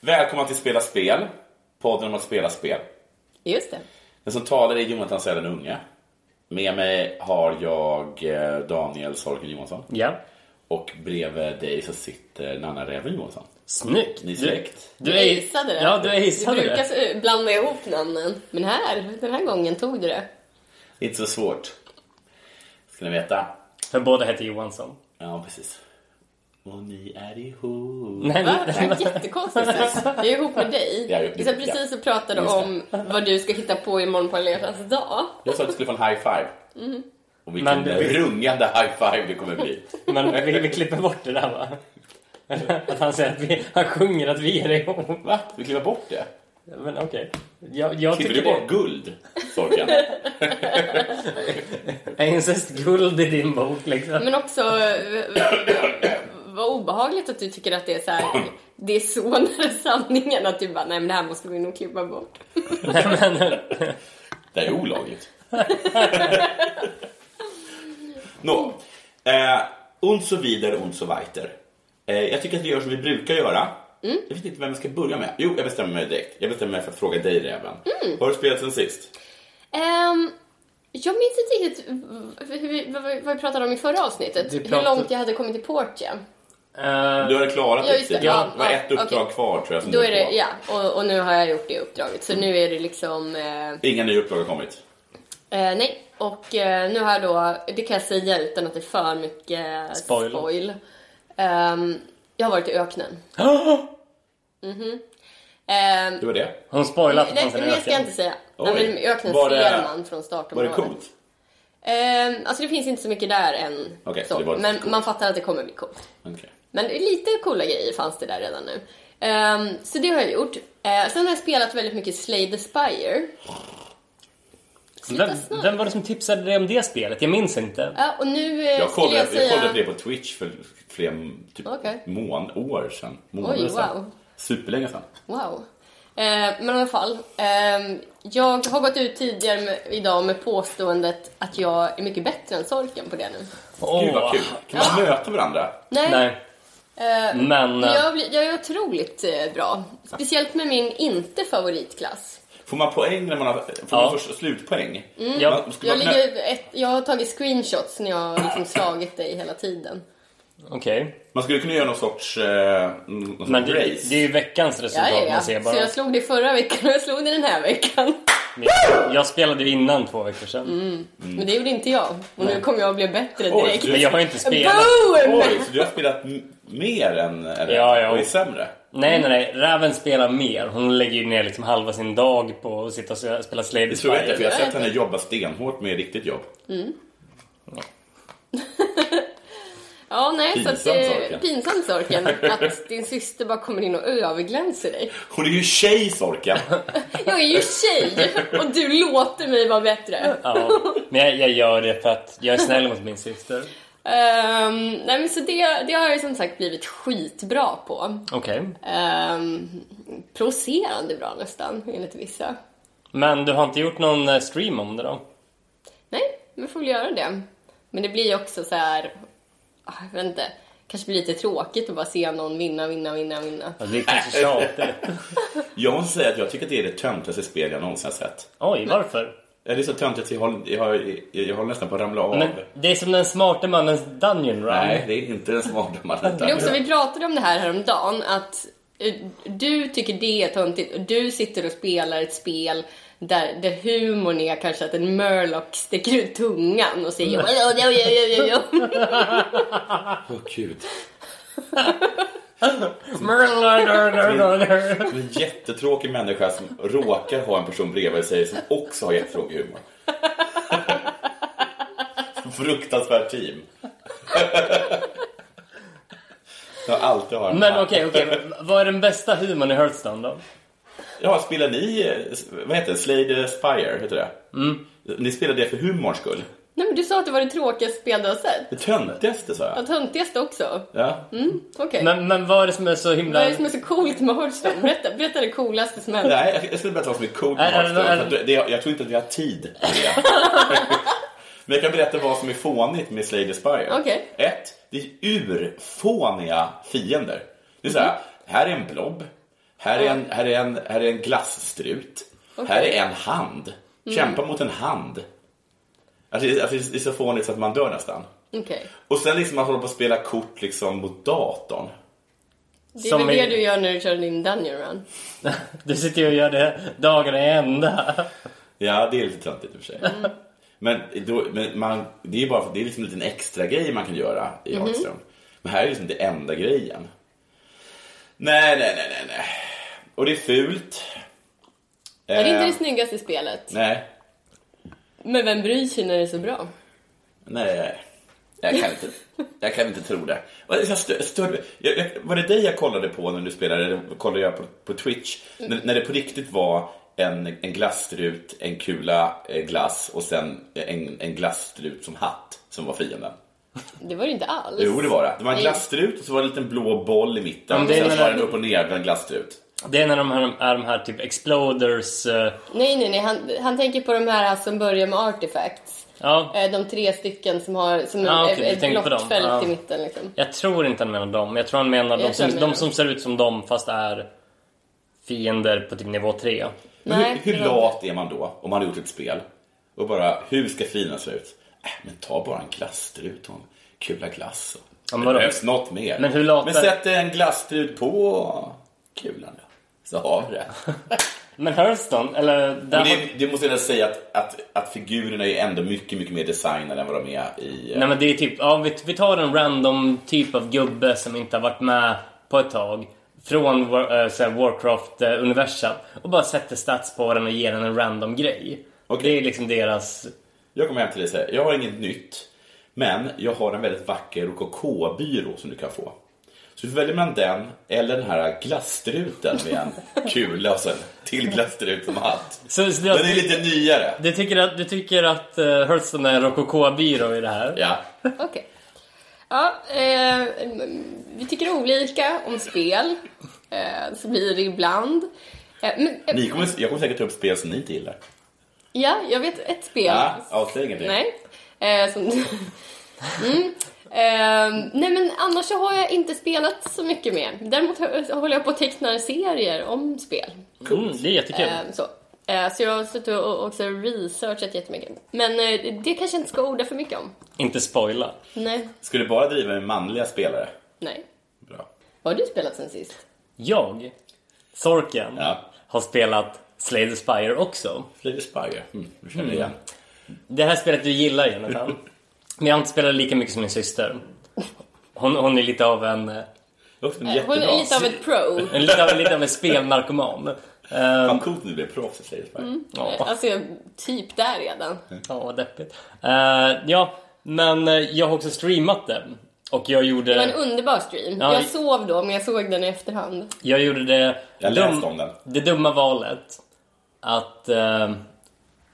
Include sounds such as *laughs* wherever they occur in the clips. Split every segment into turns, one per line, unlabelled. Välkomna till Spela Spel, podden om att spela spel.
Just det.
Den som talar är Jonathan Sälen Unge. Med mig har jag eh, Daniel Sorken Johansson.
Ja.
Och bredvid dig så sitter Nanna Räven Johansson.
Snyggt!
Ni är släkt.
Du,
Du aceade det.
Ja, du
Du
aceade
brukar
det.
så- blanda ihop namnen. Men här, den här gången tog du det.
Det är inte så svårt. Ska ni veta?
För båda heter Johansson.
Ja, precis. Och ni är ihop.
Nej,
Va?
nej,
Det är jättekonstigt Sus. Jag är ihop med dig.
Ja, det-
Vi satt precis och pratade
Just det.
om vad du ska hitta på imorgon på alla hjärtans dag.
Jag sa att du skulle få en high five. Och vilken
Mm-hmm. Men det-
rungande high five det kommer bli.
Men vi, vi klipper bort det där va? Att han säger att vi, han sjunger att vi är ihop.
Va? Du kliver bort det?
Men okej. Jag, jag
Klipper
tycker
du bort
det
guld, Sorken?
är incestguld i din bok liksom.
*laughs* Men också, eh, eh, vad obehagligt att du tycker att det är så här. Det är så nära sanningen att du bara, nej men det här måste vi nog klippa bort.
Nej, men,
Det här är
*laughs*
olagligt. Nå. Eh, und so wieder und so weiter. Eh, jag tycker att vi gör som vi brukar göra.
Mm.
Jag vet inte vem jag ska börja med. Jo, jag bestämmer mig direkt. Jag bestämmer mig för att fråga dig, Räven.
Mm.
Vad har du spelat sen sist?
Ehm, jag minns inte riktigt v- hur- vad, vad vi pratade om i förra avsnittet.
Vi
Hur
pratade-
långt jag hade kommit i Portia.
eh,
Du har det klarat
Ja,
i
just det.
princip.
Ja,
Det var
ja,
ett uppdrag
okej.
kvar, tror jag. Som
Då
du
är
får.
det, ja, och, och nu har jag gjort det uppdraget. Så nu är det liksom, eh, eh,
Inga nya uppdrag har kommit.
nej. Och eh, nu har jag då, det kan jag säga utan att det är för mycket
Spoil.
spoil. Ehm, jag har varit i öknen. Ehm,
Det var det.
hon spoilar att
nej,
hon
det ska jag inte säga.
Oj.
Nej, men öknen
Var det-
ser man från
Var det
startområdet.
coolt?
Ehm, alltså det finns inte så mycket där än.
Okej, så
så,
det var inte
men
så coolt.
man fattar att det kommer bli coolt.
Okej.
Men lite coola grejer fanns det där redan nu. Ehm, så det har jag gjort. Eh, sen har jag spelat väldigt mycket Slay the Spire.
Vem, vem var det som tipsade dig om det spelet? Jag minns inte.
Ja, och nu eh,
Jag
skulle
kollade,
jag
jag,
säga...
kollade på det på Twitch för flera typ,
Okej.
mån, år sedan. Månader
Oj,
sedan.
wow.
Superlänge sedan.
Wow. Eh, men i alla fall. ehm, jag har gått ut tidigare med, idag med påståendet att jag är mycket bättre än Sorken på det nu.
Gud vad
Åh.
kul. Kan man möta varandra?
Nej.
Nej.
eh,
Men... eh,
jag, blir- jag är otroligt eh, bra. Speciellt med min inte favoritklass.
Får man poäng när man har får
Ja. Mm.
man först slutpoäng?
Ja.
Man, skulle
Jag,
man kunna,
ligger ett, jag har tagit screenshots när jag har liksom slagit dig hela tiden.
Okej.
man skulle kunna göra någon sorts, eh, någon sorts
Men det,
race.
det är ju veckans resultat
Ja, ja, ja.
man ser bara.
Så jag slog det förra veckan och jag slog det den här veckan.
Jag spelade ju innan två veckor sedan.
Mm. Men det gjorde inte jag. Och nu kommer jag att bli bättre
Oj,
direkt.
så
Men jag har inte spelat.
Boom!
Oj, så du har spelat m- mer än eller,
Ja, ja.
och är sämre?
Nej, nej, nej. Räven spelar mer. Hon lägger ju ner liksom halva sin dag på att sitta och spela Slade
Det tror jag inte, för jag har sett henne jobba stenhårt med riktigt jobb.
Ja, nej, så
Pinsam
att,
Sorken.
eh, pinsam sorken. Att din syster bara kommer in och överglänser dig.
Hon är ju tjej,
*laughs*
Sorken!
Jag är ju tjej och du låter mig vara bättre.
Ja, men jag, jag gör det för att jag är snäll mot min syster.
Ehm, nej, men så det, det har jag ju som sagt blivit skitbra på.
Okej.
Um, provocerande bra nästan, enligt vissa.
Men du har inte gjort någon eh, stream om det då?
Nej, men får väl göra det. Men det blir ju också så här... ah, Jag vet inte. kanske blir lite tråkigt att bara se någon vinna, vinna, vinna, vinna.
Alltså, vi kanske tjatar.
Jag måste säga att jag tycker att det är det töntigaste spel jag någonsin har sett.
Oj, varför?
Ja, Det är så töntigt att jag, håller- jag, har- jag håller nästan på att ramla av.
Men det är som den smarte mannens Dungeon Run.
Nej, det är inte den smarta mannen.
Men det är också, vi pratade om det här häromdagen, att eh, du tycker det är töntigt och du sitter och spelar ett spel där, där humorn är kanske att en murloc sticker ut tungan och säger oj, oj, oj, oj, oj, *laughs* oj.
Åh gud. Som en jättetråkig människa som råkar ha en person bredvid sig som också har jättetråkig humor. Fruktansvärt team. Jag har alltid har en
*laughs* Men okej, okej. Vad är den bästa humorn i Hearthstone då?
Ja, spelar ni, eh, vad heter det, Slay the Spire, heter det?
Mm.
Ni spelar det för humorns skull?
Nej, men du sa att det var det tråkigaste spel du har sett.
Det töntigaste sa jag.
Ja, töntigaste också.
Ja.
Okej.
Men, men vad är det som är så himla...
Vad är det som är så coolt med Hearthstone? Berätta, berätta det coolaste som hänt.
Nej, jag- jag skulle berätta vad som är coolt
Nej,
med
nej, nej,
Hearthstone. för det- Jag tror inte att vi har tid med det. *laughs* Men jag kan berätta vad som är fånigt med Slay the Spire.
Okej.
Ett, det är urfåniga fiender. Det är så här, här är en blob, här är en, här är en, här är en glasstrut, här är en hand. Kämpa mot en hand. Alltså, det är- alltså, det är så fånigt så att man dör nästan.
Okej.
Och sen liksom man håller på att spela kort liksom mot datorn.
Det är
Som
väl det
i-
du gör när du kör din Dungeon Run.
Du sitter ju och gör det dagarna i ända.
Ja, det är lite töntigt i och för sig.
Mm.
Men, då, men man, det är bara för, det är liksom en liten extra grej man kan göra i
Mhm.
Hearthstone. Men här är liksom det enda grejen. Nej, nej, nej, nej, nej. Och det är fult. Eh,
Är det inte det snyggaste spelet?
Nej,
Men vem bryr sig när det är så bra?
nej. Jag kan inte, jag kan inte tro det. Vad- Jag stör, stör, jag, jag, var det dig jag kollade på när du spelade, eller kollade jag på, på Twitch? När, när det på riktigt var en, en glasstrut, en kula eh, glass och sen en, en glasstrut som hatt som var fienden.
Det var det inte alls.
Jo, det var det. Det var en glasstrut och så var det en liten blå boll i mitten.
men
Och
det är
sen så
när-
var den upp och ner, den glasstrut.
Det är när de här, är de här typ exploders... eh,
Nej, nej, nej. Han, han tänker på de här som börjar med artifacts.
Ja,
Eh, De tre stycken som har som en-
Ah, okej, du
ett
tänker på dem.
blockfält
Ah.
Ja.
i mitten. Liksom.
jag tror inte han menar dem. Jag tror han menar de
Jag tror
som,
han menar
de som ser ut som dem fast är fiender på typ nivå 3.
Men
Nej,
hur,
det
hur
var-
lat är man då om man har gjort ett spel och bara, hur ska fienden se ut? Äh, men ta bara en glasstrut och en kula glass.
Ja,
Och...
men
Det
vadå?
behövs något mer.
Men hur lat är-
sätt en glasstrut på kulan då. Så har
*laughs*
vi det.
Men Hearthstone, eller... Där
Men det, det måste jag nästan säga att, att, att figurerna är ändå mycket, mycket mer designade än vad de är i... eh,
Nej men det är typ, ja vi, vi tar en random typ av gubbe som inte har varit med på ett tag från War, eh, så här Warcraft-universum och bara sätter stats på den och ger den en random grej.
Okej.
Det är liksom deras...
Jag kommer hem till dig och säger, jag har inget nytt, men jag har en väldigt vacker KK-byrå som du kan få. Så väljer man den, eller den här glasstruten med
*laughs*
en kula och sen till glasstrut som hatt.
Så, så det,
Den är lite nyare.
du tycker att, du tycker att eh, Hearthstone är en rokoko-byrå i det här?
Ja.
Okej. Ja, eh, vi tycker olika om spel. Eh, så blir det ibland. Eh, men, eh,
Ni kommer, jag kommer säkert ta upp spel som ni inte gillar.
ja, jag vet ett spel.
Ja, avslöja ingenting.
Nej. Eh, som, *laughs* mm. eh, nej, men annars så har jag inte spelat så mycket mer. Däremot hö- håller jag på och tecknar serier om spel.
Mm, det är jättekul.
Eh, så. Eh, så jag har suttit och- och också researchat jättemycket. Men eh, det kanske jag inte ska orda för mycket om.
Inte spoila.
Nej.
Skulle du bara driva med manliga spelare?
Nej.
Bra.
Vad har du spelat sen sist?
Jag, Sorken,
Ja.
har spelat Slay the Spire också.
Flyger Spire. Mm, nu känner jag igen.
Det här spelet du gillar Jonathan. Men jag har inte spelat lika mycket som min syster. Hon, hon är lite av en... eh,
Usch, men
Hon
jättebra.
är lite av ett pro.
En lite av, lite av en spelnarkoman.
Fan coolt nu blev proffs i Flyger Spire.
*laughs* Ja,
Alltså, jag är typ där redan.
ja vad deppigt. Eh, ja, men eh, jag har också streamat det. Och jag
Det var en
gjorde,
underbar stream.
Eh. Ja,
jag
i-
sov då, men jag såg den i efterhand.
jag gjorde det,
Jag läste om den.
det dumma valet att eh,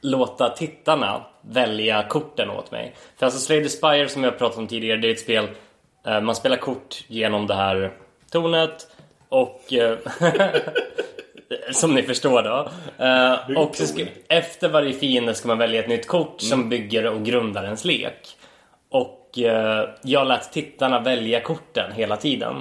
låta tittarna välja korten åt mig. För alltså Slay the Spire som jag pratade om tidigare, det är ett spel eh, man spelar kort genom det här tornet och eh, *laughs* som ni förstår då. Eh, och så ska,
Byggtorn. Mm.
efter varje fiende ska man välja ett nytt kort som bygger och grundar ens lek. Och eh, jag lät tittarna välja korten hela tiden.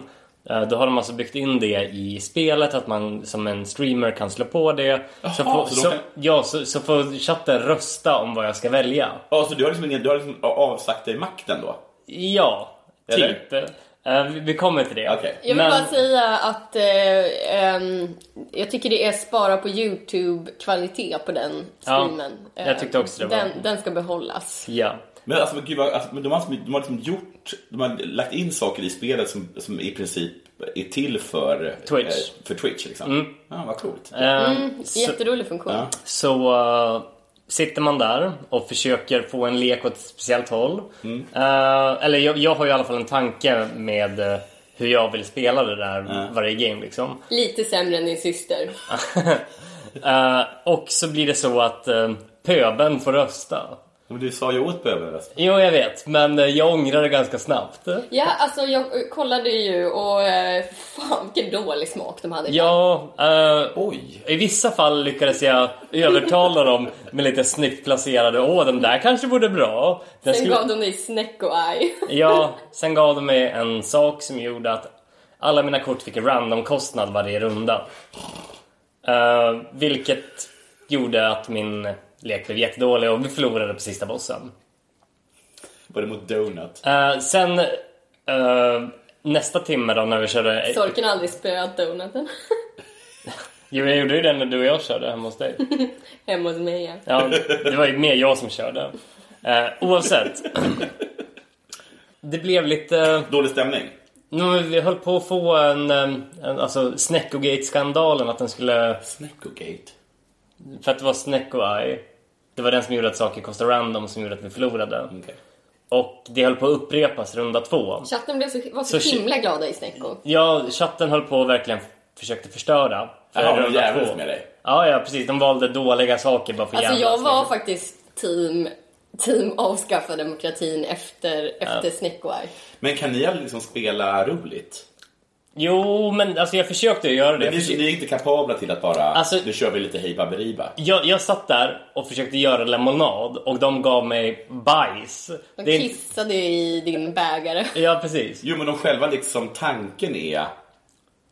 Eh, då har de alltså byggt in det i spelet att man som en streamer kan slå på det. så,
Jaha, så
får,
de
så,
kan-
ja, så, så får chatten rösta om vad jag ska välja.
Ja, så du har liksom, ingen- du har liksom avsagt dig makten då?
Ja,
Eller?
typ. Eh, vi- vi kommer till det.
Okej.
Jag vill bara säga att eh, ehm, jag tycker det är spara på YouTube-kvalitet på den
Ja,
streamen. Eh,
jag tyckte också det var-
den, den ska behållas.
Ja.
Men alltså, men gud, vad, alltså, men de, har, liksom- de har liksom gjort, de har lagt in saker i spelet som, som i princip är till för
Twitch. Mm.
eh, För Twitch liksom. Ja, vad coolt.
Eh,
Mm. Jätterolig funktion.
Ja.
Så eh, sitter man där och försöker få en lek åt ett speciellt håll.
Mm.
Eh, eller jag, jag har ju i alla fall en tanke med eh, hur jag vill spela det där varje game liksom.
Lite sämre än din syster.
Eh, och så blir det så att uh, pöben får rösta.
Men du sa ju åt böveln alltså.
Jo, jag vet, men eh, jag ångrar det ganska snabbt.
Ja, alltså jag eh, kollade ju och eh, fan vilken dålig smak de hade.
Ja, eh,
Oj.
I vissa fall lyckades jag övertala dem med lite snyggt placerade Åh, den där kanske vore bra. Den
Sen
skulle-
gav de dig snäck och aj.
Ja, sen gav de mig en sak som gjorde att alla mina kort fick en randomkostnad varje runda. Eh, vilket gjorde att min lek blev jättedålig och vi förlorade på sista bossen.
Var det mot Donut?
Eh, sen eh, nästa timme då när vi körde...
Sorken har aldrig spöat donaten. *laughs*
Jo, jag gjorde ju det när du och jag körde hemma hos dig.
Hemma hos mig ja.
Ja, det var ju mer jag som körde. Eh, oavsett. Det blev lite...
Dålig stämning?
Nu, men vi höll på att få en... em, en alltså Snäckogate-skandalen, att den skulle...
Snackogate?
För att det var Snäck och Eye. Det var den som gjorde att saker kostade random som gjorde att vi förlorade.
Okej.
Och det höll på att upprepas runda två.
Chatten blev så, var så,
Så-
himla glada i snäckor.
Ja, chatten höll på och verkligen försökte förstöra. För
Jaha, de
runda
jävlas
två.
med dig.
Ja, ja, precis. De valde dåliga saker bara för
Alltså
jävlas,
jag var
liksom.
faktiskt team, team avskaffa demokratin efter, efter snäckor.
Men kan ni aldrig liksom spela roligt?
Jo, men alltså jag försökte ju göra det.
Men
Jag,
ni,
försökte...
ni är inte kapabla till att bara,
Alltså-
nu kör vi lite hej baberiba.
jag, jag satt där och försökte göra lemonad och de gav mig bajs.
De
Det är-
kissade i din bägare.
Ja, precis.
Jo men de själva liksom, tanken är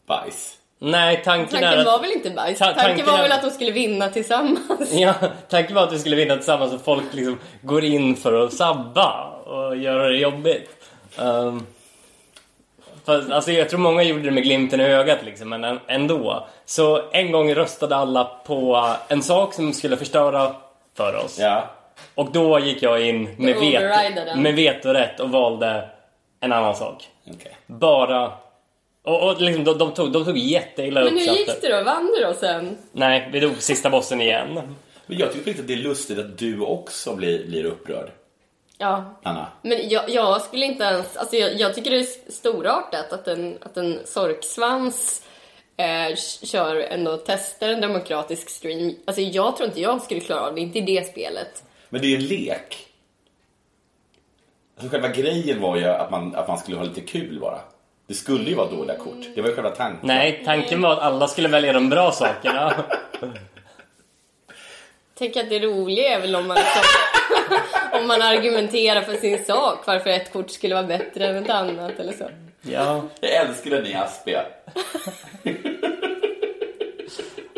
bajs.
Nej, tanken, är
Tanken
att...
var väl inte bajs?
Ta-
Tanken,
tanken
var
är-
väl att de skulle vinna tillsammans?
Ja, tanken var att vi skulle vinna tillsammans och folk liksom går in för att sabba och göra det jobbigt. Um, fast, alltså, jag tror många gjorde det med glimten i ögat, liksom, men än- ändå. Så en gång röstade alla på en sak som skulle förstöra för oss.
Ja.
Och då gick jag in med,
Du overrider
vet-
den.
med vetorätt och valde en annan sak.
Okej.
Bara... Och, och liksom, de, de, tog, de tog jätteilla
Men
upp
hur
chatten.
gick det då? Vann du då sen?
Nej, vi dog sista bossen igen.
Men jag tycker inte att det är lustigt att du också blir, blir upprörd,
Ja.
Anna.
Men jag, jag skulle inte ens... Alltså jag, jag tycker det är s- storartat att en, att en sorksvans eh, k- kör ändå testar en demokratisk stream. Alltså jag tror inte jag skulle klara av det, inte i det spelet.
Men det är ju en lek. Alltså själva grejen var ju att man, att man skulle ha lite kul bara. Det skulle ju vara dåliga kort. Det var ju själva tanken.
Nej, tanken var att alla skulle välja de bra sakerna.
Tänk att det roliga är väl om man, liksom, om man argumenterar för sin sak, varför ett kort skulle vara bättre än ett annat eller så.
ja.
Jag älskar den i Aspia.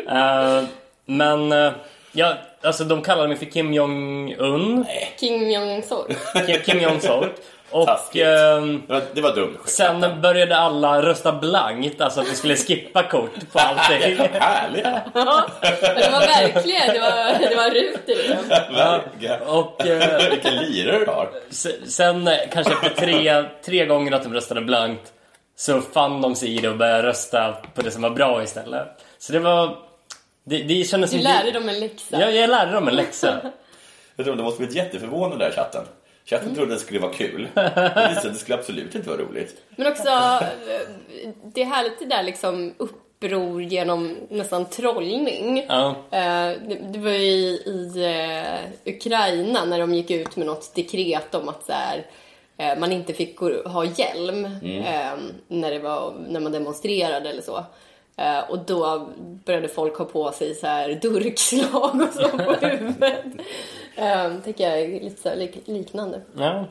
Eh, men, eh, ja, alltså de kallade mig för Kim Jong-Un,
Kim Jong-Sork.
Kim, Kim Jong-Sol. Och
Taskigt.
ehm,
Det var- Det var
*laughs*
dumt.
sen började alla rösta blankt, alltså att vi skulle skippa kort på allting.
Härligt!
Ja, men det var verkligen, det var, det var ruter i dem.
Verkligen.
Och eh,
Vilka lirare du har.
se- sen eh, kanske efter tre, tre gånger att de röstade blankt så fann de sig i det och började rösta på det som var bra istället. Så det var... Det, det kändes
Du
som-
lärde dem en läxa.
Ja, jag lärde dem en läxa.
Jag tror de måste blivit jätteförvånade där i chatten. Chatten
Mm.
trodde det skulle vara kul. Men det visade att det skulle absolut inte vara roligt.
Men också, eh, det är härligt det där liksom uppror genom nästan trollning.
Ja.
Eh, Det det var ju i, i eh, Ukraina när de gick ut med något dekret om att så här, eh, man inte fick gå- ha hjälm eh, när, det var, när man demonstrerade eller så. Eh, Och då började folk ha på sig så här durkslag och *laughs* så på huvudet. Eh, Tänker jag är lite så här lik- liknande.
Ja.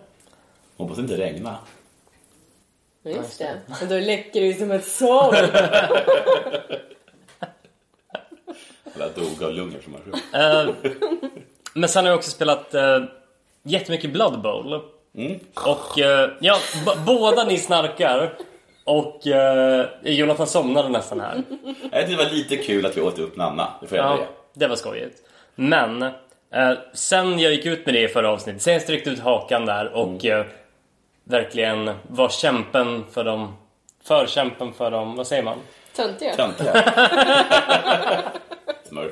Hoppas det inte regna.
Just det. Och då läcker det ju som ett såll.
Alla dog av lungor
Men sen har jag också spelat eh, jättemycket Blood Bowl. Och eh, ja, b- båda ni snarkar. Och eh, Jonathan somnade nästan här.
Jag tyckte det var lite kul att vi åt upp Nanna. Det får jag
Ja,
ja.
det var skojigt. Men eh, sen jag gick ut med det i förra avsnittet, sen sträckte jag ut hakan där och eh, verkligen var kämpen för dem. Förkämpen för dem, vad säger man?
Töntiga.
Töntiga. Smurf.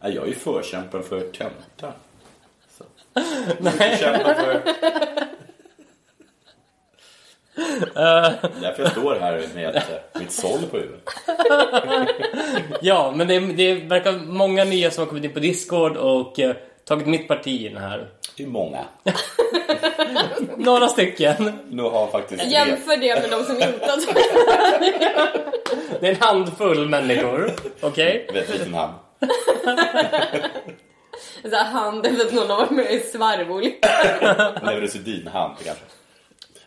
Nej, jag är ju förkämpen för töntar. Så. Förkämpen för... Därför jag står här med eh, mitt såll på huvudet.
Ja, men det, det verkar många nya som har kommit in på Discord och eh, tagit mitt parti i den här.
Det är många.
Några stycken.
Nu har faktiskt... tre-
Jämför det med de som inte har
Det är en
*laughs*
handfull människor. Okej?
Väldigt liten hand.
*laughs* så här hand eller att någon har varit med i svarvolyckan.
Neurosedynhand kanske.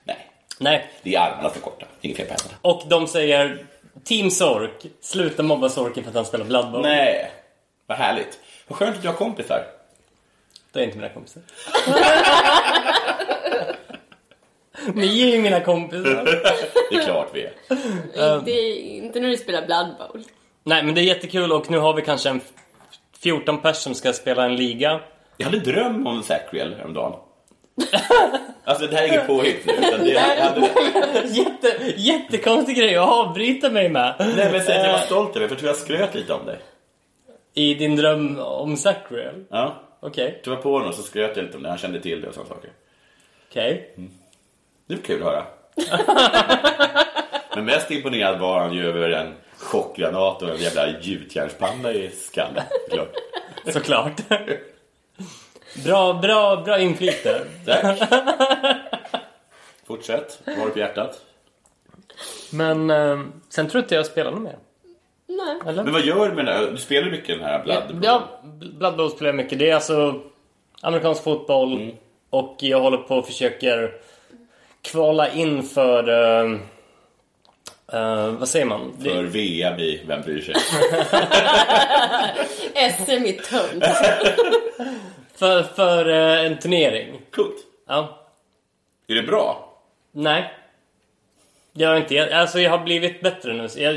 Nej,
Nej.
det är armarna som är korta. Inget fel på händerna.
Och de säger Team Sork, sluta mobba Sorken för att han spelar Blood Bowl.
Nej, vad härligt. Vad skönt att du har kompisar.
Det är inte mina kompisar. *laughs* Ni är ju mina kompisar.
Det är klart vi är.
Det är inte när du spelar Blood Bowl.
Nej, men det är jättekul och nu har vi kanske en 14 pers som ska spela en liga. *laughs*
Jag hade en dröm om Zacriel häromdagen. Alltså det här är inget påhitt nu. Utan det, jag hade,
Jätte, jättekonstig grej att avbryta mig med.
nej men säg att jag var stolt över för jag tror jag skröt lite om dig.
Eh, I din dröm om Zacriel.
Ja.
Okej,
Jag var på honom så skröt jag lite om det. Han kände till det och sådana saker.
okej.
Mm. Det var kul att
*laughs*
höra. Men mest imponerad var han ju över en chockgranat och en jävla gjutjärnspanda i skallen. Klart.
Såklart. *laughs* Bra, bra, bra inflyt där.
Tack. Fortsätt. Vad har du på hjärtat?
Men eh, sen tror inte jag spelar något mer.
Nej.
Men vad gör du med den här? Du spelar mycket den här Blood
Ja, Blood Bowl spelar jag mycket. Det är alltså amerikansk fotboll och jag håller på och försöker kvala in för... eh, eh, vad säger man? Det-
För VM i Vem bryr sig?
SM i tönt.
För, för eh, en turnering.
Coolt.
Ja.
Är det bra?
Nej. Jag har inte... Jag, alltså jag har blivit bättre nu. Så Jag,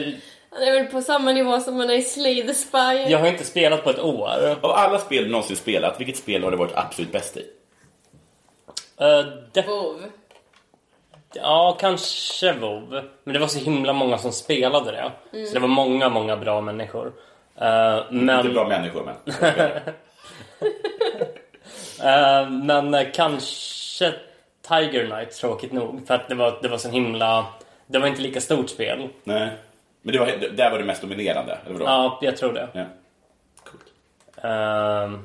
Han är väl på samma nivå som man är i Slay the Spire.
jag har inte spelat på ett år.
Av alla spel du någonsin spelat, vilket spel har du varit absolut bäst i?
Eh, det,
Vov.
ja, kanske WoW. Men det var så himla många som spelade det. Så det var många, många bra människor. Eh, men...
Inte bra människor, men...
*laughs* Eh, men eh, kanske Tiger Knight, tråkigt nog. För att det var, det var så himla... Det var inte lika stort spel.
Nej. Men det var, det- där var det mest dominerande, eller vadå?
Ja, jag tror det.
Ja. Coolt.
Eh,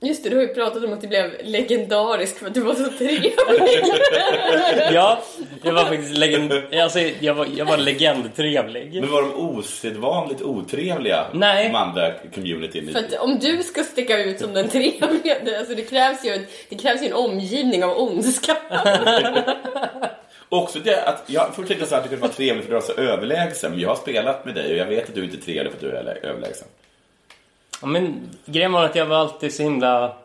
Just det, du har ju pratat om att du blev legendarisk för att du var så trevlig. *laughs*
ja, jag var faktiskt legend... Alltså, jag var, jag var legendtrevlig.
Men var de osedvanligt otrevliga?
Nej.
De andra communityn? i-
för att om du ska sticka ut som den trevliga, alltså det krävs ju, en- det krävs ju en omgivning av ondska.
Också det att, jag först tänkte så här att du kunde vara trevlig för du var så överlägsen, men jag har spelat med dig och jag vet att du inte är trevlig för att du är överlä-
*laughs*
överlägsen.
Ja, men grejen var att jag var alltid så himla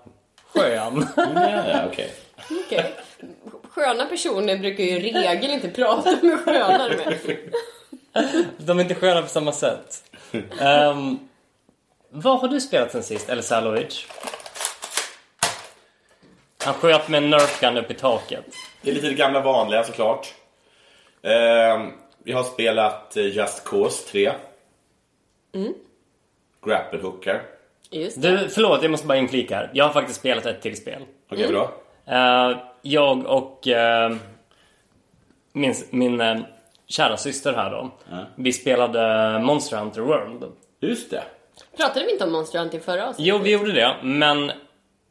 skön.
Ja, ja, okej.
Okej. Sköna personer brukar ju i regel inte prata med skönare med.
De är inte sköna på samma sätt. Ehm, vad har du spelat sen sist, eller Salovic? Han sköt med en Nerf gun upp i taket.
Det är lite det gamla vanliga såklart. Ehm, jag har spelat eh, Just Cause 3. Mm.
Mm.
Grapplehooker.
Just det.
Du, förlåt, jag måste bara inflika här. Jag har faktiskt spelat ett till spel.
Okej, bra.
Eh, jag och eh, min, min eh, kära syster här då. Vi spelade Monster Hunter World.
Just det.
Pratade vi inte om Monster Hunter i förra avsnittet?
Jo, vi gjorde det, men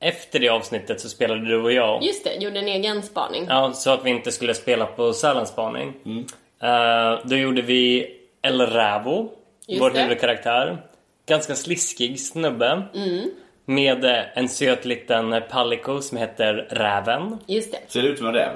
efter det avsnittet så spelade du och jag.
Just det, gjorde en egen spaning.
Ja, så att vi inte skulle spela på Sälens spaning.
Mm.
Eh, då gjorde vi El Ravo,
Just
vår
det. Mm.
huvudkaraktär. Ganska sliskig snubbe. Med eh, en söt liten Palico som heter Räven.
Just det.
Ser det ut som en räv?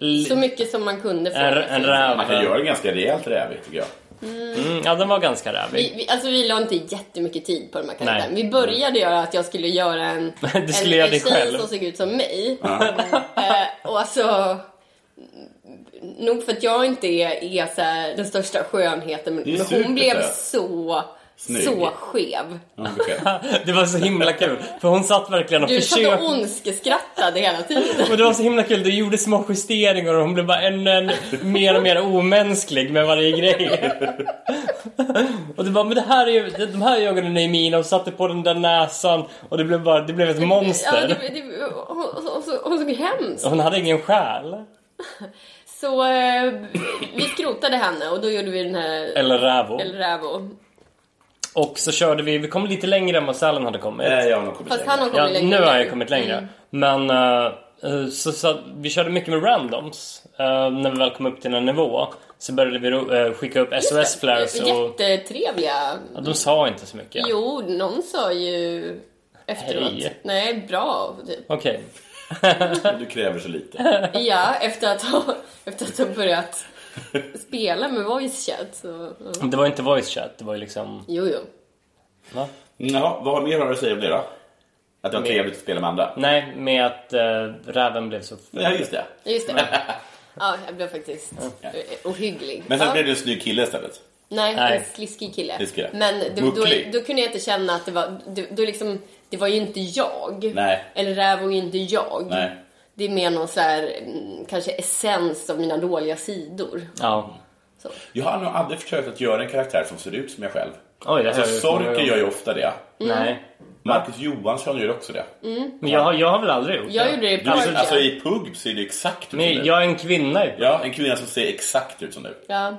L-
Så mycket som man kunde få.
en, en räv.
Man kan göra en ganska rejält rävigt tycker jag.
Mm, ja, den var ganska
Vi,
rävig.
vi, alltså vi la inte jättemycket tid på de här karaktärerna.
Nej.
Vi började göra att jag skulle göra en,
*laughs* Du skulle göra
en, en
dig själv.
som såg ut som mig. *laughs* Eh, och alltså, nog för att jag inte är, är så här, den största skönheten, men,
Det är
men
supersöt.
hon blev så,
Snygg.
så skev.
Ja, okej.
*laughs* *laughs* Det var så himla kul. För hon satt verkligen och
Du satt
försökte.
och ondskeskrattade hela tiden.
Och det var så himla kul, du gjorde små justeringar och hon blev bara ännu en, mer och mer omänsklig med varje grej. Och du bara, men det här är ju, de här ögonen är ju mina och satte på den där näsan och det blev bara, det blev ett
Ja,
monster.
det, det, hon, hon, hon, hon såg hemskt
Hon hade ingen själ.
Så eh, vi skrotade henne och då gjorde vi den här
Eller rävo.
El Rävo.
Och så körde vi, vi kom lite längre än vad sälen hade kommit.
Nej, jag har nog kommit
Fast
längre.
han har kommit
Ja,
längre.
nu har jag kommit längre. Men eh, eh, så, så att vi körde mycket med randoms. Eh, när vi väl kom upp till en nivå så började vi ro- eh, skicka upp SOS-flares och
Jättetrevliga.
ja, de sa inte så mycket.
Jo, någon sa ju efteråt.
Hej.
Nej, bra. typ.
Okej.
Men Du kräver så lite. *laughs*
Ja, efter att ha, efter att ha börjat spela med voice chat så... ja.
Det var inte voice chat, det var ju liksom...
Jo, jo.
Va?
Jaha, vad har mer har du att säga om det då? Att det var trevligt att spela med andra?
Nej, med att eh, räven blev så...
Ja, just det.
Just
*laughs*
det. Ja, jag blev faktiskt eh, ohygglig.
Men sen
Ja.
blev du en snygg kille istället.
Nej,
Nej.
en sliskig kille.
Sliskig kille.
Men det, då,
Mucklig.
då kunde jag inte känna att det var... Då, då liksom, det var ju inte jag.
Nej.
Eller räv var ju inte jag.
Mm.
Nej.
Det är mer någon så här, mm, kanske essens av mina dåliga sidor.
Ja.
Så.
Jag har nog aldrig försökt att göra en karaktär som ser ut som jag själv.
Oj, det
Alltså,
har jag gjort många
Sorken
gånger.
gör ju ofta det.
Nej.
Marcus Johansson gör också det.
Men jag, har- jag har väl aldrig gjort
Jag
det?
gjorde det i
Du,
parken.
alltså i PUG ser det exakt ut som
Men
du.
jag är en kvinna ju.
Ja, en kvinna som ser exakt ut som du.
Ja.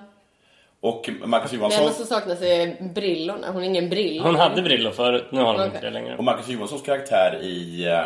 Och Marcus
Det
Johansson,
enda som saknas är brillorna. Hon har ingen brill.
Hon hade brillor förut, nu har hon inte
Okej.
det längre.
och Marcus Johanssons karaktär i, eh,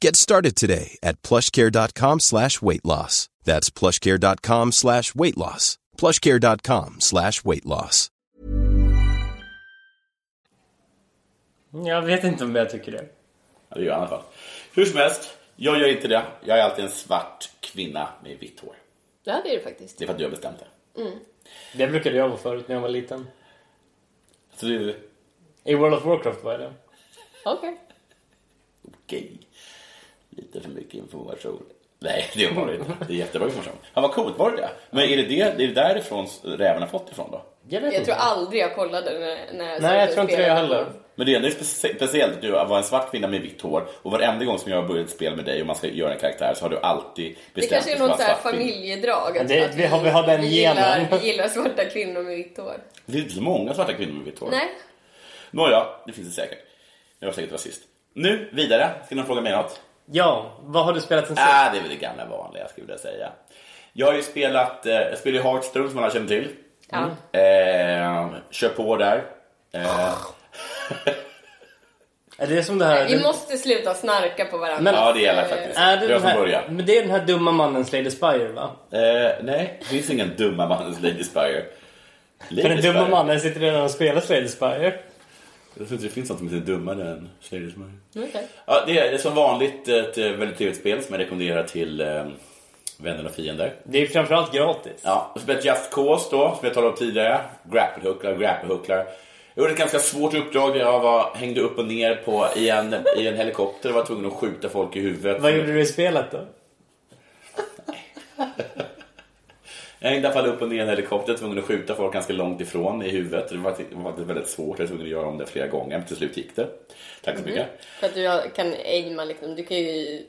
Get started today at plushcare.com slash weight loss. That's plushcare.com slash weight loss. plushcare.com slash weight loss.
Jag vet inte om jag tycker det.
Ja, Det gör jag i alla fall. Hur som helst, jag gör inte det. Jag är alltid en svart kvinna med vitt hår.
Ja, det är det faktiskt.
Det är för att du har bestämt det.
Det brukade jag vara förut när jag var liten.
Så du,
I World of Warcraft var jag det.
Okej.
okej. Lite för mycket information. Nej, det var det inte. Det är jättebra information. Han var coolt, var det det? Men är det, det, är det därifrån räven har fått ifrån då?
Jag vet
Jag
inte.
tror aldrig jag kollade när, när
Nej, jag tror inte det jag heller.
Men det är ändå specie- speciellt att du var en svart kvinna med vitt hår och varenda gång som jag har börjat spela med dig och man ska göra en karaktär så har du alltid
Det
bestämt
kanske är
dig för att
något så
vara
här
svart kvinna.
familjedrag. att-
Det-
att
vi har- vi har den
vi gillar,
genen.
vi gillar svarta kvinnor med vitt hår.
Det finns inte så många svarta kvinnor med vitt hår.
Nej.
Nåja, det finns det säkert. Jag var säkert rasist. Nu, vidare. Ska någon fråga mig något?
Ja, vad har du spelat sen sist?
Ah, det är väl det gamla vanliga skulle jag säga. Jag har ju spelat, eh, jag spelar ju Hearthstone som alla känner till. Mm.
Ja.
Eh, kör på där. Eh,
Är det som det här...
Vi måste sluta snarka på varandra.
Men-
ja, det gäller faktiskt.
är Ah, det
jag
den
får
här...
börja.
Men det är den här dumma mannen Slade Spire va?
Eh, nej, det finns ingen dumma mannens Lady Spire. Lady
För den dumma
Spire.
mannen sitter redan och spelar Slade Spire.
Jag tror inte det finns något som heter dummare än Lady Spire.
Okej.
Ja, det är som vanligt ett eh, väldigt trevligt spel som jag rekommenderar till eh, vänner och fiender.
Det är framförallt gratis.
Ja, och så spelat Just Cause då, som jag talade om tidigare. Grapplehooklar, grapplehooklar. Jag gjorde ett ganska svårt uppdrag där jag var, hängde upp och ner på, i, en, i en helikopter och var tvungen att skjuta folk i huvudet.
Vad gjorde du i spelet då?
Jag hängde i alla fall upp och ner i en helikopter, tvungen att skjuta folk ganska långt ifrån i huvudet. Det var, det var väldigt svårt, jag var tvungen att göra om det flera gånger, men till slut gick det. Tack
Mm.
så mycket.
För att du kan aima liksom. Du kan ju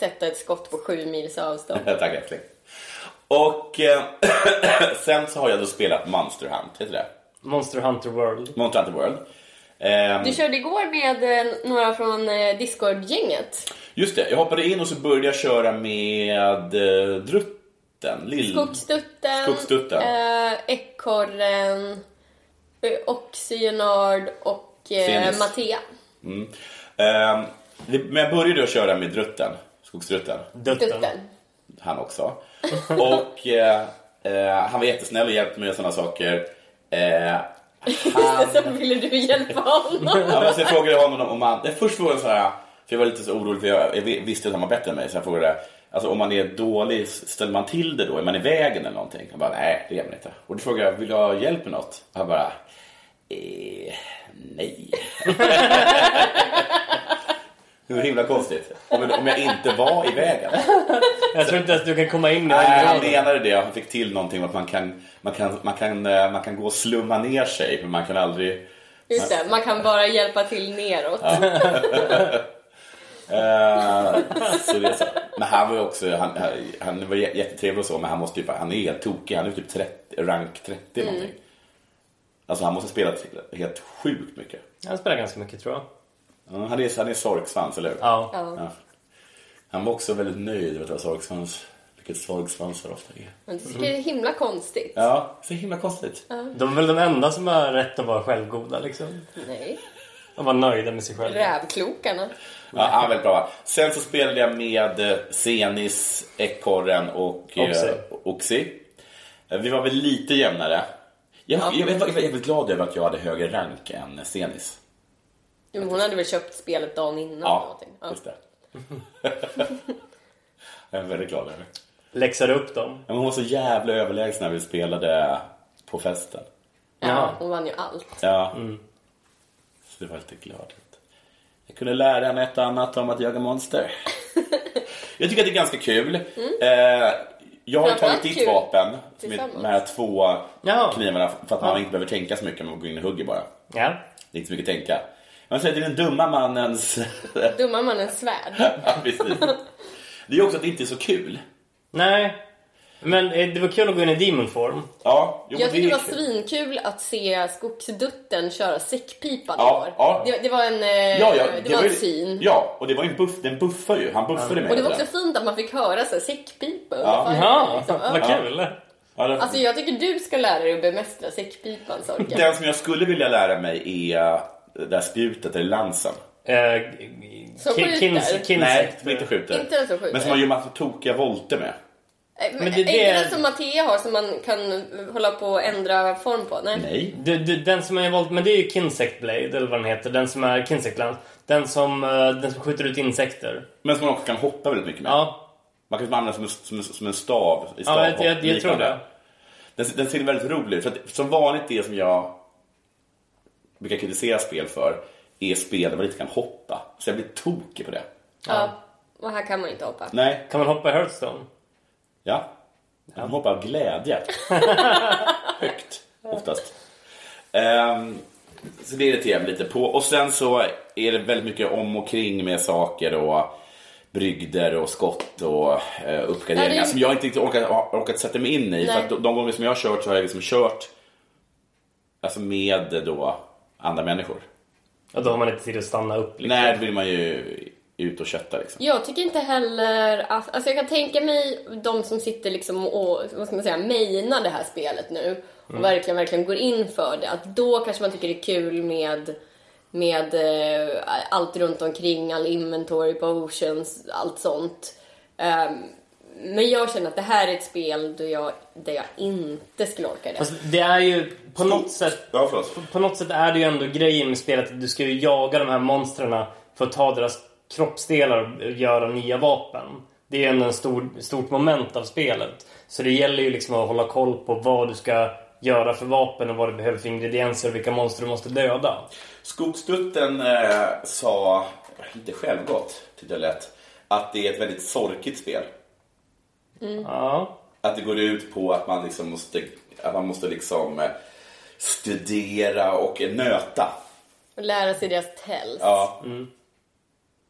sätta ett skott på sju mils avstånd.
Tack älskling. Och eh, *clears throat* sen så har jag då spelat Monster Hunt, heter det?
Monster Hunter World.
Monster Hunter World. Ehm,
Du körde igår med eh, några från eh, Discord-gänget.
Just det, jag hoppade in och så började jag köra med eh, Drutten. Lill...
Skogsdutten,
Skogsdutten.
eh, Ekorren, eh, och Cyanard och eh,
Fenis.
Mattea.
Mm. Ehm, det, men jag började att köra med Drutten, Skogsdrutten.
Dutten.
Dutten.
han också. Och eh, eh, han var jättesnäll och hjälpte mig med sådana saker. Eh,
Så ville du hjälpa honom.
*laughs* ja, men sen frågade jag honom om han... Nej, först frågade jag så här, för jag var lite så orolig för jag, jag visste att han var bättre än mig. Så jag frågade alltså, om man är dålig, ställer man till det då? Är man i vägen eller någonting? Han bara, nej det är man inte. Och då frågade jag, vill du ha hjälp med något? Han bara, eh, nej. *laughs* Det var himla konstigt. Om om jag inte var i vägen.
Jag tror inte ens du kan komma in i
Nej, han
området.
menade det. Han fick till någonting om att man kan, man kan, man kan, eh, man kan gå och slumma ner sig, men man kan aldrig...
Just det, man kan bara hjälpa till neråt.
eh, så det är så. Men han var ju också, han, han var jä- jättetrevlig och så, men han måste ju, han är helt tokig. Han är ju typ 30, rank 30 någonting. Alltså han måste ha spelat helt sjukt mycket.
Han spelar ganska mycket tror jag.
Ja, Han är, han är sorgsvans, eller hur?
Ja.
Ja.
Ja. Han var också väldigt nöjd över att vara sorgsvans. Vilket sorgsvansar ofta är.
Men det tycker jag är himla konstigt.
Ja, så himla konstigt.
De är väl de enda som har rätt att vara självgoda liksom.
Nej.
Och vara nöjda med sig själva.
Rävklokarna.
Ja, han var väldigt bra. Sen så spelade jag med eh, Senis, Ekorren och eh,
Oxy.
Oxy. Eh, Vi var väl lite jämnare. Jag, jag, jag, var- jag var jävligt glad över att jag hade högre rank än Senis.
Jo, men Hon hade väl köpt spelet dagen innan. eller
Ja,
någonting. Ja.
just det. *laughs* jag är väldigt glad över.
Läxar upp dem.
Men hon var så jävla överlägsen när vi spelade på festen.
Ja, hon vann ju allt.
Ja.
Mm.
Så det var lite glad. Jag kunde lära henne ett och annat om att jaga
*laughs*
monster. jag tycker att det är ganska kul. Eh, jag har ju
Mm. Framförallt
tagit ditt
kul
vapen, med
tillsammans.
de här två
Ja.
knivarna, för att man inte behöver tänka så mycket. Man går in och hugger bara.
Ja.
Det är inte så mycket att tänka. Man säger att det är den dumma mannens... *laughs*
Dumma mannens svärd.
ja, precis. Det är också att det inte är så kul.
Nej. Men eh, det var kul att gå in i demonform.
Ja, jo, men
Jag tyckte det
är
var
kul.
svinkul att se skogsdutten köra säckpipan
Ja,
igår.
ja.
Det, det var en, eh,
Ja, ja,
det var
ju-
en syn.
Ja, och det var ju en buff, den buffar ju. Han buffade mig.
Och det var
hela
också
tiden.
fint att man fick höra så här, säckpipa.
Ja,
Liksom, ja.
vad kul.
Ja, det-
Alltså jag tycker du ska lära dig att bemästra säckpipan, Sorka.
Den som jag skulle vilja lära mig är eh, det där spjutet eller lansen.
Eh,
Som
ki-
skjuter.
kins, kins,
Nej, som inte skjuter.
Inte den som skjuter.
Men som man gör massor tokiga volter med.
Eh, Men,
Men det
det,
är det-
Inte den som Mattea har som man kan eh, hålla på och ändra form på? Nej.
Nej.
Du, du, den som är valt, men det är ju Kinsect Blade eller vad den heter. Den som är Kinsectland. Den som, eh, den som skjuter ut insekter.
Men som man också kan hoppa väldigt mycket med.
Ja,
Man kan använda som en, som en, som en stav. I
ja
stavhopp,
jag, jag, jag tror
liknande.
det.
Den, den ser väldigt rolig ut. För att, som vanligt det som jag brukar kritisera spel för är spel där man inte kan hoppa. Så jag blir tokig på det.
Ja. Och här kan man inte hoppa.
Nej.
Kan man hoppa i Hearthstone?
Ja. Han hoppar av
*laughs*
glädje. Högt, oftast. Ehm, så det irriterar jag mig lite på. Och sen så är det väldigt mycket om och kring med saker och brygder och skott och eh, uppgraderingar
Ja, det är-
som jag inte riktigt orkat, har orkat sätta mig in i. För
Nej.
att de, de gånger som jag har kört så har jag liksom kört alltså med då andra människor.
Ja, då har man inte tid att stanna upp. Liksom.
Nej, då vill man ju ut och kötta liksom.
Jag tycker inte heller att... Alltså jag kan tänka mig de som sitter liksom och, vad ska man säga, mejnar det här spelet nu och
Mm.
verkligen, verkligen går in för det. Att då kanske man tycker det är kul med, med eh, allt runt omkring, all inventory, potions, allt sånt. Ehm, men jag känner att det här är ett spel där jag, där jag inte skulle orka det.
Fast det är ju på något sätt...
Ja, förlåt.
På något sätt är det ju ändå grejen med spelet att du ska ju jaga de här monstren för att ta deras kroppsdelar och göra nya vapen. Det är ju ändå ett stor, stort moment av spelet. Så det gäller ju liksom att hålla koll på vad du ska göra för vapen och vad du behöver för ingredienser och vilka monster du måste döda.
Skogstutten eh, sa, inte självgott tyckte jag lät, att det är ett väldigt sorkigt spel.
Ja.
Att det går ut på att man liksom måste, att man måste liksom eh, studera och nöta.
Och lära sig deras tells.
Ja,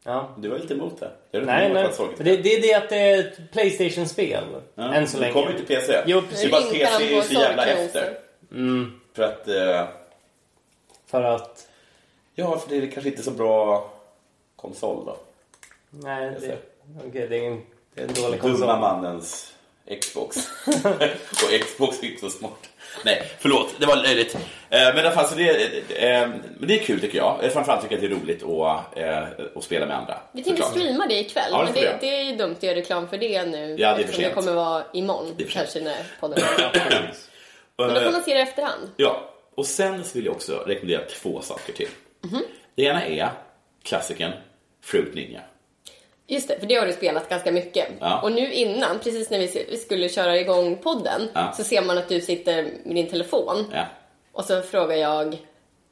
ja.
du var lite emot det. Jag är
Nej,
emot
nej.
att sorkigt
För det, det är det att det är ett Playstation-spel. Än så
Det
länge.
kommer ju till PC.
Jo,
Det är
precis.
bara att
Ringde han
PC är ju
på
så jävla
sorkrosen?
efter. För att, eh,
För att...
ja, för det är kanske inte så bra konsol då.
Nej, det,
ser.
okej, det, är en, det är en dålig konsol.
Dumma mannens *laughs* Xbox. och Xbox är inte så smart. Nej, förlåt. Det var löjligt. Eh, Men i alla fall, så det, eh, eh, men det är kul tycker jag. Eh, Framförallt tycker jag att det är roligt att, eh, att spela med andra.
Vi tänkte
såklart.
streama det ikväll,
Ja, det får
men
vi
det,
göra.
det är ju dumt att göra reklam för det nu.
Ja, det är för
eftersom
sent.
kommer vara imorgon,
Det är för
kanske när podden
Eh,
Men då får man se det i efterhand.
Ja, och sen så vill jag också rekommendera två saker till.
Mhm.
Det ena är klassikern Fruit Ninja.
Just det, för det har du spelat ganska mycket.
Ja.
Och nu innan, precis när vi se- vi skulle köra igång podden,
Ja.
så ser man att du sitter med din telefon.
Ja.
Och så frågar jag,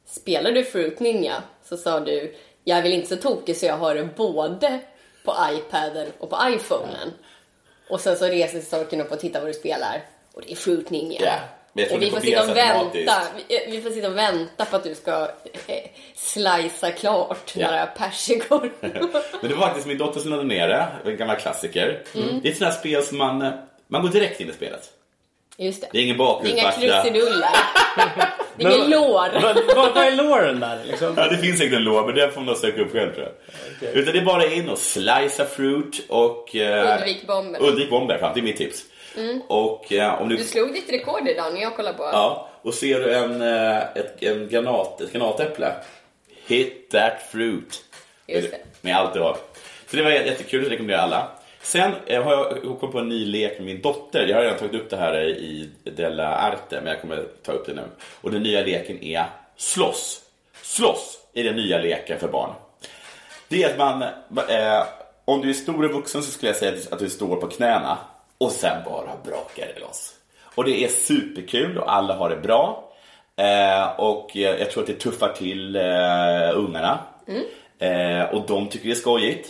spelar du Fruit Ninja? Så sa du, jag är väl inte så tokig så jag har det både på iPaden och på iPhonen. Och sen så reser sig storken upp och tittar vad du spelar. Och det är Fruit Ninja.
Ja, men jag tror
och vi
det
får,
kopieras
sitta och
automatiskt.
vänta. Vi, vi får sitta och vänta på att du ska eh, slicea klart
Ja.
några persikor.
*laughs* Men det var faktiskt min dotter som laddade ner det, en gammal klassiker.
Mm.
Det är ett sånt här spel som man, eh, man går direkt in i spelet.
Just det.
Det är ingen
Inga
bakgrundsfakta. *laughs*
krusiduller. Det är ingen lår.
*laughs* vad, vad, vad är låren
*laughs*
där liksom?
Ja, det finns säkert en lår, men den får man söka upp själv tror jag. Utan det är bara in och slicea fruit och... eh,
Undvik bomber. Mm.
Undvik bomber, fan, det är mitt tips. Och eh, om du...
Du slog ditt rekord idag när jag kollade på.
Ja, och ser du en, eh, ett, en granat, ett granatäpple, hit that fruit.
Just det.
Med allt du har. Så det var jättekul, det rekommenderar alla. Sen eh, har jag kommit på en ny lek med min dotter. Jag har redan tagit upp det här i Della Arte, men jag kommer ta upp det nu. Och den nya leken är slåss. Slåss är den nya leken för barn. Det är att man, eh, om du är stor och vuxen så skulle jag säga att du står på knäna och sen bara brakar det loss. Och det är superkul och alla har det bra. Eh, och eh, jag tror att det tuffar till eh, ungarna. Eh, och de tycker det är skojigt.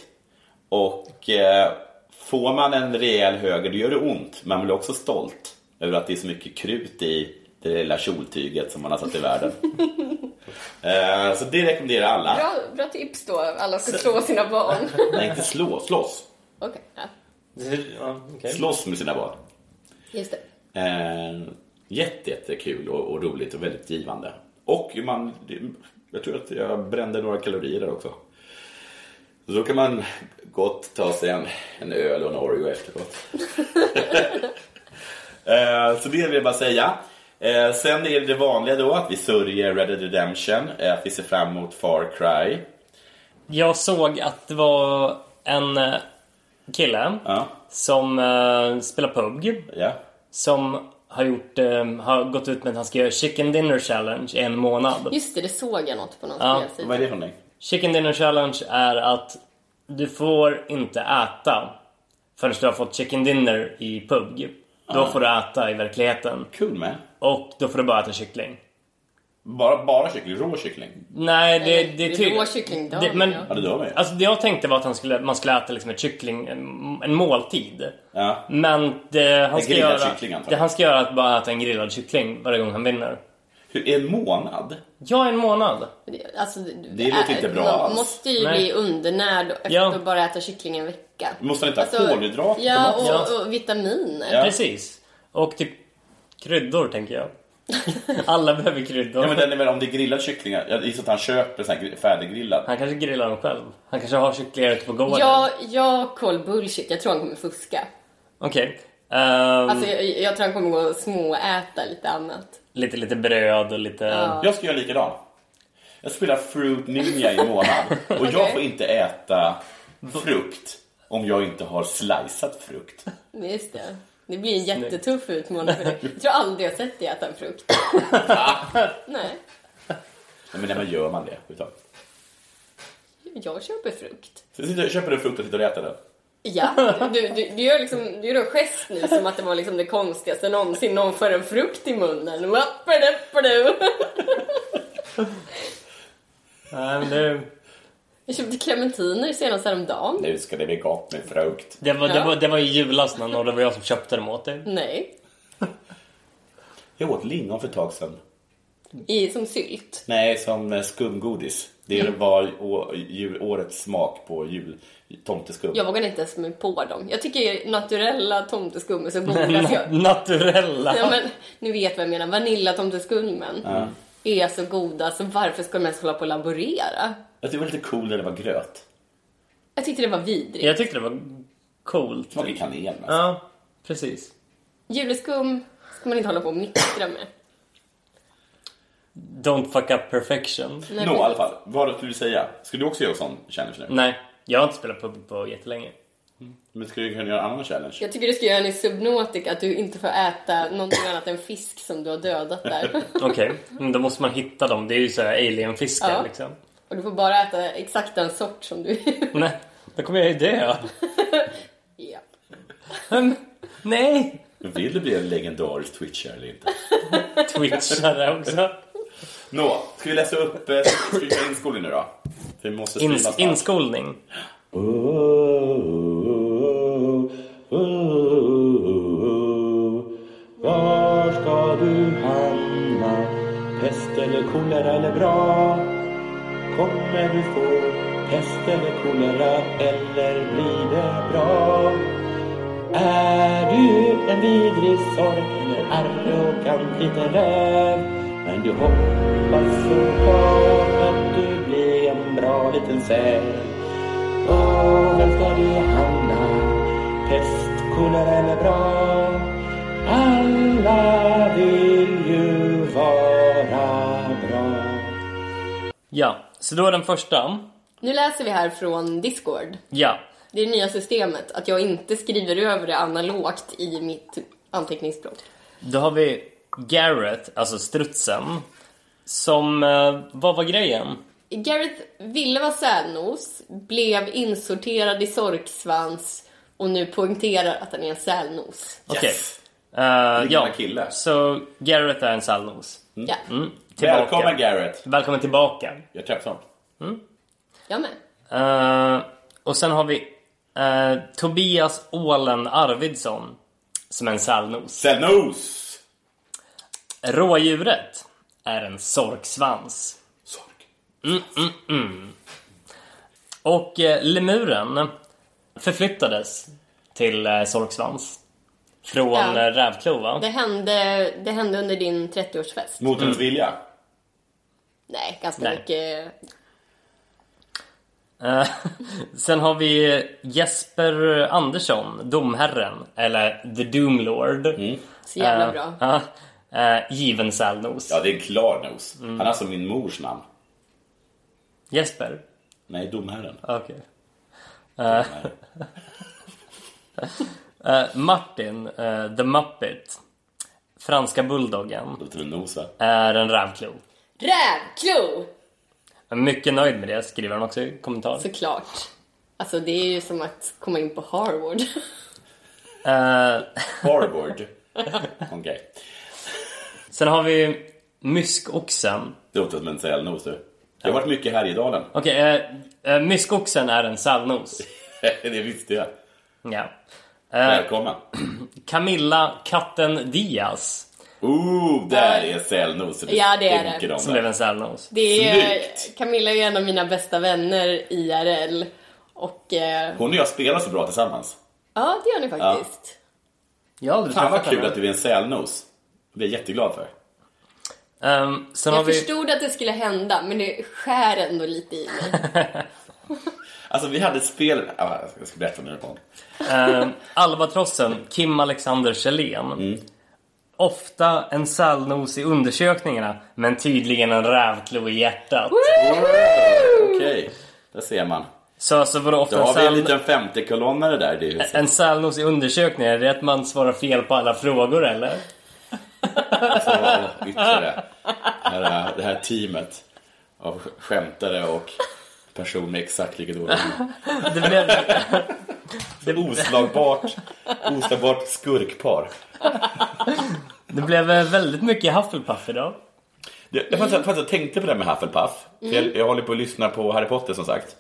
Och eh, får man en rejäl höger då gör det ont. Men man blir också stolt över att det är så mycket krut i det lilla kjoltyget som man har satt i världen. eh, så det rekommenderar alla.
Bra, bra tips då, alla ska slå sina
*laughs*
barn.
Nej, inte slå, slåss.
Okej, ja.
Ja, okej.
Slåss med sina barn.
just det.
Eh, jätte, jättekul och, och roligt och väldigt givande. Och man, jag tror att jag brände några kalorier där också. Så då kan man gott ta sig en, en öl och en Oreo efteråt. *laughs* Eh, så det vill jag bara säga. Eh, sen är det det vanliga då att vi sörjer Red Dead Redemption. eh, Att vi ser fram emot Far Cry.
Jag såg att det var en eh, kille
Ja,
som eh, spelar PUBG.
ja.
Som har, gjort, eh, har gått ut med att han ska göra Chicken Dinner Challenge i en månad.
Just det, det såg jag något på någon
Ja,
spelsida.
Vad är det för någonting?
Chicken dinner challenge är att du får inte äta förrän du har fått chicken dinner i PUBG. Då får du äta i verkligheten.
Kul med.
Och då får du bara äta kyckling.
Bara, bara kyckling, rå kyckling.
Nej, det,
Eller,
det är
det
tydligt.
rå kyckling dör,
det, men,
Ja, det dör man ju.
Alltså det jag tänkte var att han skulle, man skulle äta liksom ett kyckling, en, en måltid.
Ja.
Men det han, ska
grillad
göra,
kyckling, antar jag.
det han ska göra är att bara äta en grillad kyckling varje gång han vinner.
Hur- En månad?
Ja, en månad.
Det- Alltså,
Det låter inte bra
Man
alls.
måste ju
Nej.
bli undernärd efter
Ja.
att bara äta kyckling en vecka. Alltså,
Måste man inte ha kolhydrater
Ja,
på
och,
maten?
och vitaminer. *laughs*
Ja.
Precis. Och typ kryddor, tänker jag. Alla behöver kryddor.
Ja, men den är väl om det är grillad kyckling. Jag gissar att han köper sån här gri- färdiggrillad.
Han kanske grillar dem själv. Han kanske har kycklingar ute på gården.
Jag, jag call bullshit, jag tror han kommer fuska.
Mm.
Okej. Ehm,
Alltså, jag, jag tror han kommer gå och småäta lite annat.
lite, lite bröd och lite...
Jag ska göra likadan. Jag spelar Fruit Ninja i en månad. Och jag
Okej.
får inte äta frukt om jag inte har slicat frukt.
Just det. Det blir en jättetuff utmaning
*laughs*
för dig. Jag tror aldrig jag sett dig äta en frukt. Nej,
Nej, Men när man gör man det? Utan.
jag köper frukt.
Så sitter jag- köper du frukt och sitter och äter den.
Ja, du, du, du gör liksom, du gör en gest nu som att det var liksom det konstigaste någonsin. Någon för en frukt i munnen. Wappadappadoo.
Nej, men Ehm, det,
Jag köpte clementiner senast häromdagen.
Nu ska det bli gott med frukt.
det, var, det, var, det var i julas när någon- det var jag som köpte dem åt dig.
Nej,
Jag åt lingon för ett tag sedan.
i som sylt.
Nej, som eh, skumgodis. Det var å- jul- årets smak på jul, tomteskum.
Jag vågar inte ens mig på dem. Jag tycker naturella tomteskum är så goda. så Mm, jag-
*laughs* Naturella.
Ja, men, nu vet vem jag menar. Vanillatomteskummen är så goda, så varför ska de ens hålla på och laborera?
Jag tyckte Alltså, det var lite cool när det var gröt.
Jag tyckte det var vidrigt.
Jag tyckte det var coolt.
Smakade kanel. Alltså.
Ja, precis.
Juleskum ska man inte hålla på och mixtra med.
Don't fuck up perfection.
Mm.
Nå, i alla fall. Vad skulle du säga? Skulle du också göra sån challenge nu?
Nej, jag har inte spelat pub på jättelänge.
Men skulle du kunna göra en annan challenge?
Jag tycker du ska göra en i Subnautica, att du inte får äta någonting annat än fisk som du har dödat där.
Okej, men då måste man hitta dem. Det är ju så här alienfiskar
Ja.
liksom.
Och du får bara äta exakt den sort som du... *laughs*
Nej, då kommer jag ju dö. *laughs*
ja.
Men, Nej!
Vill du bli en legendarisk twitchare eller inte?
Twitchare också.
Nå, ska vi läsa upp... eh, Ska vi göra inskolning nu då? För vi måste streama
Ins-
snart.
inskolning.
Var ska du hamna? Pest eller kolera eller bra? Kommer du få pest eller kolera eller blir det bra? Är du en vidrig sork eller arrogant liten räv? Men du hoppas så klart att du blir en bra liten säl. Åh, vem ska du hamna? Pest, kolera eller bra? Alla vill ju vara bra.
Ja, så då är den första.
Nu läser vi här från Discord.
Ja.
Det är det nya systemet, att jag inte skriver över det analogt i mitt anteckningsblock.
Då har vi Garrett, alltså strutsen. Som, eh, vad var grejen?
Gareth ville vara sälnos, blev insorterad i sorksvans och nu poängterar att han är en sälnos.
Okej.
Yes.
Eh, ja,
kille.
så Garrett är en sallnos.
Ja,
Tillbaka.
Välkommen Garrett.
Välkommen tillbaka.
Jag träffade honom.
jag med.
Eh, och sen har vi eh, Tobias Ålen Arvidsson. Som är en sallnos.
Senos!
Rådjuret är en sorksvans.
Sork.
Och eh, lemuren förflyttades till eh, sorksvans. Från
Ja.
eh, rävklo, va?
Det hände, det hände under din 30-årsfest.
Mot
Mm.
ens vilja.
Nej, ganska
Nej.
mycket.
Eh, Sen har vi Jesper Andersson, domherren, eller the doomlord.
Så jävla
Eh,
bra.
ja. Eh, given sälnos.
Ja, det är en klar nos.
Mm.
Han är alltså min mors namn.
Jesper?
Nej, domherren.
Okej. Eh, eh, Martin, eh, the muppet, franska bulldoggen,
Låter det nosa?
är en rävklo.
Rävklo!
Jag är mycket nöjd med det, skriver han också i kommentar.
Såklart. Alltså det är ju som att komma in på Harvard. *laughs*
Eh, *laughs*
Harvard. Okej.
sen har vi myskoxen.
Det låter som en sälnos du. Jag har varit mycket här i Härjedalen. *laughs*
Okej, eh, eh, myskoxen är en sallnos.
det visste jag.
Ja.
Välkommen.
Camilla Katten Diaz
Ooh, där är sälnos. så
Eh. Ja, det är det.
stänker om
som blev en sälnos.
Det är,
Snyggt!
Camilla är en av mina bästa vänner IRL. Och eh,
Hon och jag spelar så bra tillsammans.
ja, det gör ni faktiskt.
Jag har aldrig
Fan vad
träffat
kul
henne.
att du är en sälnos. Det är jag jätteglad för.
Ehm, sen har
Jag
vi...
förstod att det skulle hända, men det skär ändå lite i mig.
Alltså vi hade ett spel... Ah, jag ska berätta om det här gång.
ehm, Albatrossen, Kim Alexander Kjellén.
Mm.
Ofta en sälnos i undersökningarna, men tydligen en rävklo i hjärtat.
Okej, där ser man.
Så alltså vadå,
Då
ofta en,
har vi en
säl...
liten femtekolonnare där. Det är ju så.
en sälnos i undersökningar, är det att man svarar fel på alla frågor eller?
Åh, ytterligare. Det här, det här teamet av skämtare och person med exakt lika dålig
Det blev,
Det oslagbart, oslagbart skurkpar.
det blev eh, väldigt mycket Hufflepuff idag.
Jag, jag faktiskt, faktiskt tänkte på det här med Hufflepuff. För Jag, jag håller på att lyssna på Harry Potter som sagt.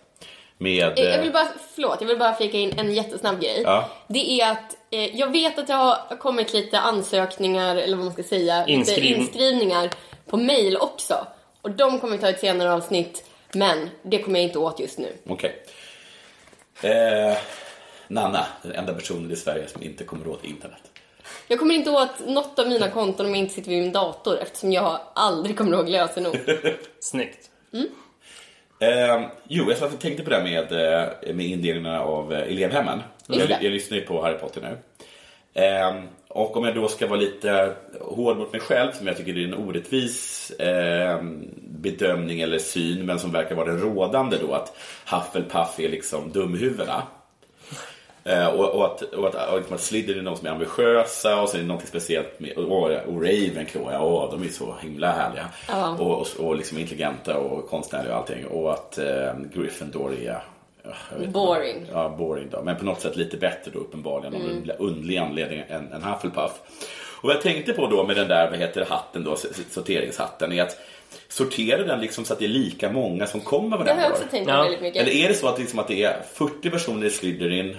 Med...
Jag- Jag
eh,
vill bara, förlåt, jag vill bara flika in en jättesnabb grej.
Ja.
Det är att eh, jag vet att det har kommit lite ansökningar, eller vad man ska säga,
Inskriv-
lite inskrivningar på mail också. Och de kommer vi ta i ett senare avsnitt, men det kommer jag inte åt just nu.
Okej. Eh, Nanna, den enda personen i Sverige som inte kommer åt internet.
Jag kommer inte åt något av mina konton om jag inte sitter vid min dator eftersom jag aldrig kommer
*laughs*
ihåg lösenord.
Snyggt.
Eh, jo, jag satt och tänkte på det här med, eh, med indelningarna av eh, elevhemmen. Jag,
det.
jag lyssnar ju på Harry Potter nu. Eh, och om jag då ska vara lite hård mot mig själv, som jag tycker det är en orättvis eh, bedömning eller syn, men som verkar vara den rådande då, att Hufflepuff är liksom dumhuvudena. Eh, och, och att, och att, och liksom att Slytherin är någon som är ambitiösa och sen är det något speciellt med och, och Ravenclaw, ja, åh, de är så himla härliga. Och, och, och liksom intelligenta och konstnärliga och allting. Och att eh, Gryffindor är ja, jag vet inte.
Boring.
Ja, boring då. Men på något sätt lite bättre då uppenbarligen av en underlig anledning än, än Hufflepuff. Och vad jag tänkte på då med den där, vad heter det, hatten då, s- s- sorteringshatten, är att sortera den liksom så att det är lika många som kommer
Det har
varenda
jag
år.
också tänkt på
Ja.
väldigt
Eller
mycket.
är det så att, liksom att det är 40 personer i Slytherin,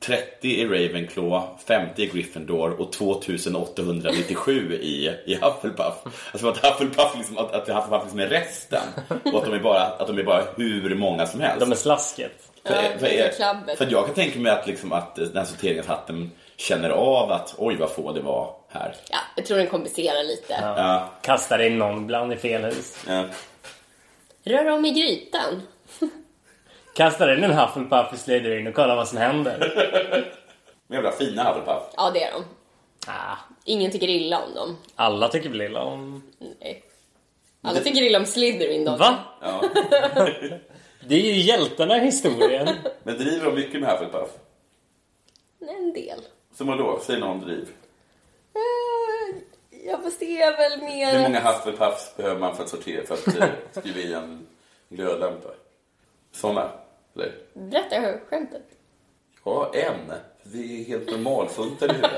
30 i Ravenclaw, 50 i Gryffindor och 2897 i, i Hufflepuff? Alltså att Hufflepuff, liksom, att, att Hufflepuff liksom är resten och att de är, bara, att de är bara hur många som helst.
De är slasket.
Ja,
för,
det är klabbet.
för, för jag kan tänka mig att, liksom, att den här sorteringshatten känner av att oj vad få det var här.
Ja, jag tror den komplicerar lite.
Ja,
Kastar in någon, ibland i fel hus.
ja.
Rör om i grytan.
Kastar in en Hufflepuff i Slytherin och kollar vad som händer.
Men jävla fina Hufflepuff.
Ja, det är de.
Ah,
Ingen tycker illa om dem.
alla tycker väl illa om...
Nej. Alla tycker illa om Slytherin dock.
Va?
*laughs*
Ja.
Det är ju hjältarna i historien.
Men driver de mycket med Hufflepuff?
Nej, En del.
Som vadå? Säg någon driv.
Eh, Ja, fast det är väl mer...
Hur många Hufflepuffs behöver man för att sortera, för att eh, *laughs* skriva i en glödlampa? Såna? Eller?
Berätta hur- skämtet.
Ja, en. Det är helt normalfuntar i huvudet.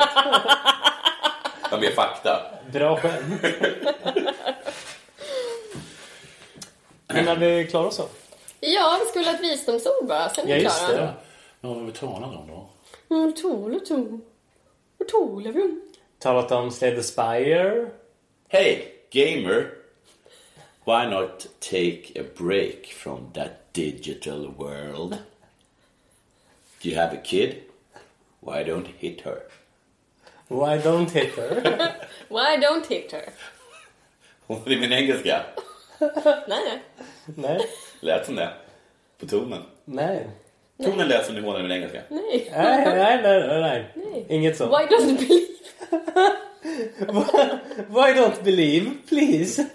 *laughs* Jag mer fakta.
*laughs* Bra *laughs* skämt. Men är vi klara så?
Ja, vi skulle ha ett visdomsord bara, sen är vi
Ja, just
klara. Mm,
det.
Ja, vad vi talade om då?
Hur tål och tom? Hur tål vi om?
Talat om Slay the Spire.
Hey, gamer! Why not take a break from that digital world? Do you have a kid? Why don't hit her?
Why don't hit *laughs* her?
Why don't hit her?
Det är min engelska.
Nej, nej.
Nej.
Lät som det? På tonen.
Nej.
Tonen lät som nivån i min engelska.
Nej, nej, nej, nej. nej. Inget sånt.
Why don't believe?
*laughs* Why don't believe, please?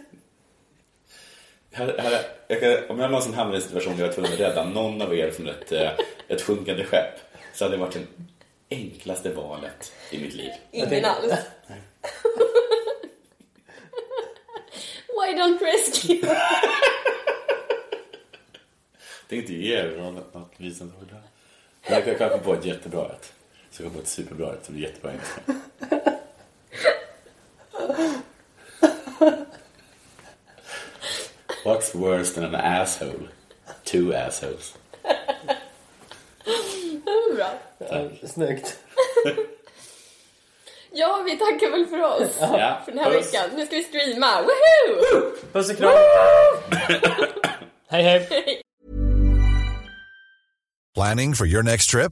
Här, här, jag kan, om jag någonsin hamnar i en situation där jag var tvungen att rädda någon av er från ett, eh, ett sjunkande skepp så hade det varit det enklaste valet i mitt liv.
Ingen alls. *laughs* Why don't rescue? *laughs*
Tänkte ge er något, något visande ord där. Jag kan kanske på ett jättebra ett. Så jag kom på ett superbra ett som är jättebra engelska. *laughs* What's worse than an asshole? Two assholes.
Bra.
Snyggt.
Ja, vi tackar väl för oss
Ja.
för den här
Puss.
veckan. Nu ska vi streama. Woohoo!
Puss och kram. hej, hej.
Planning for your next trip?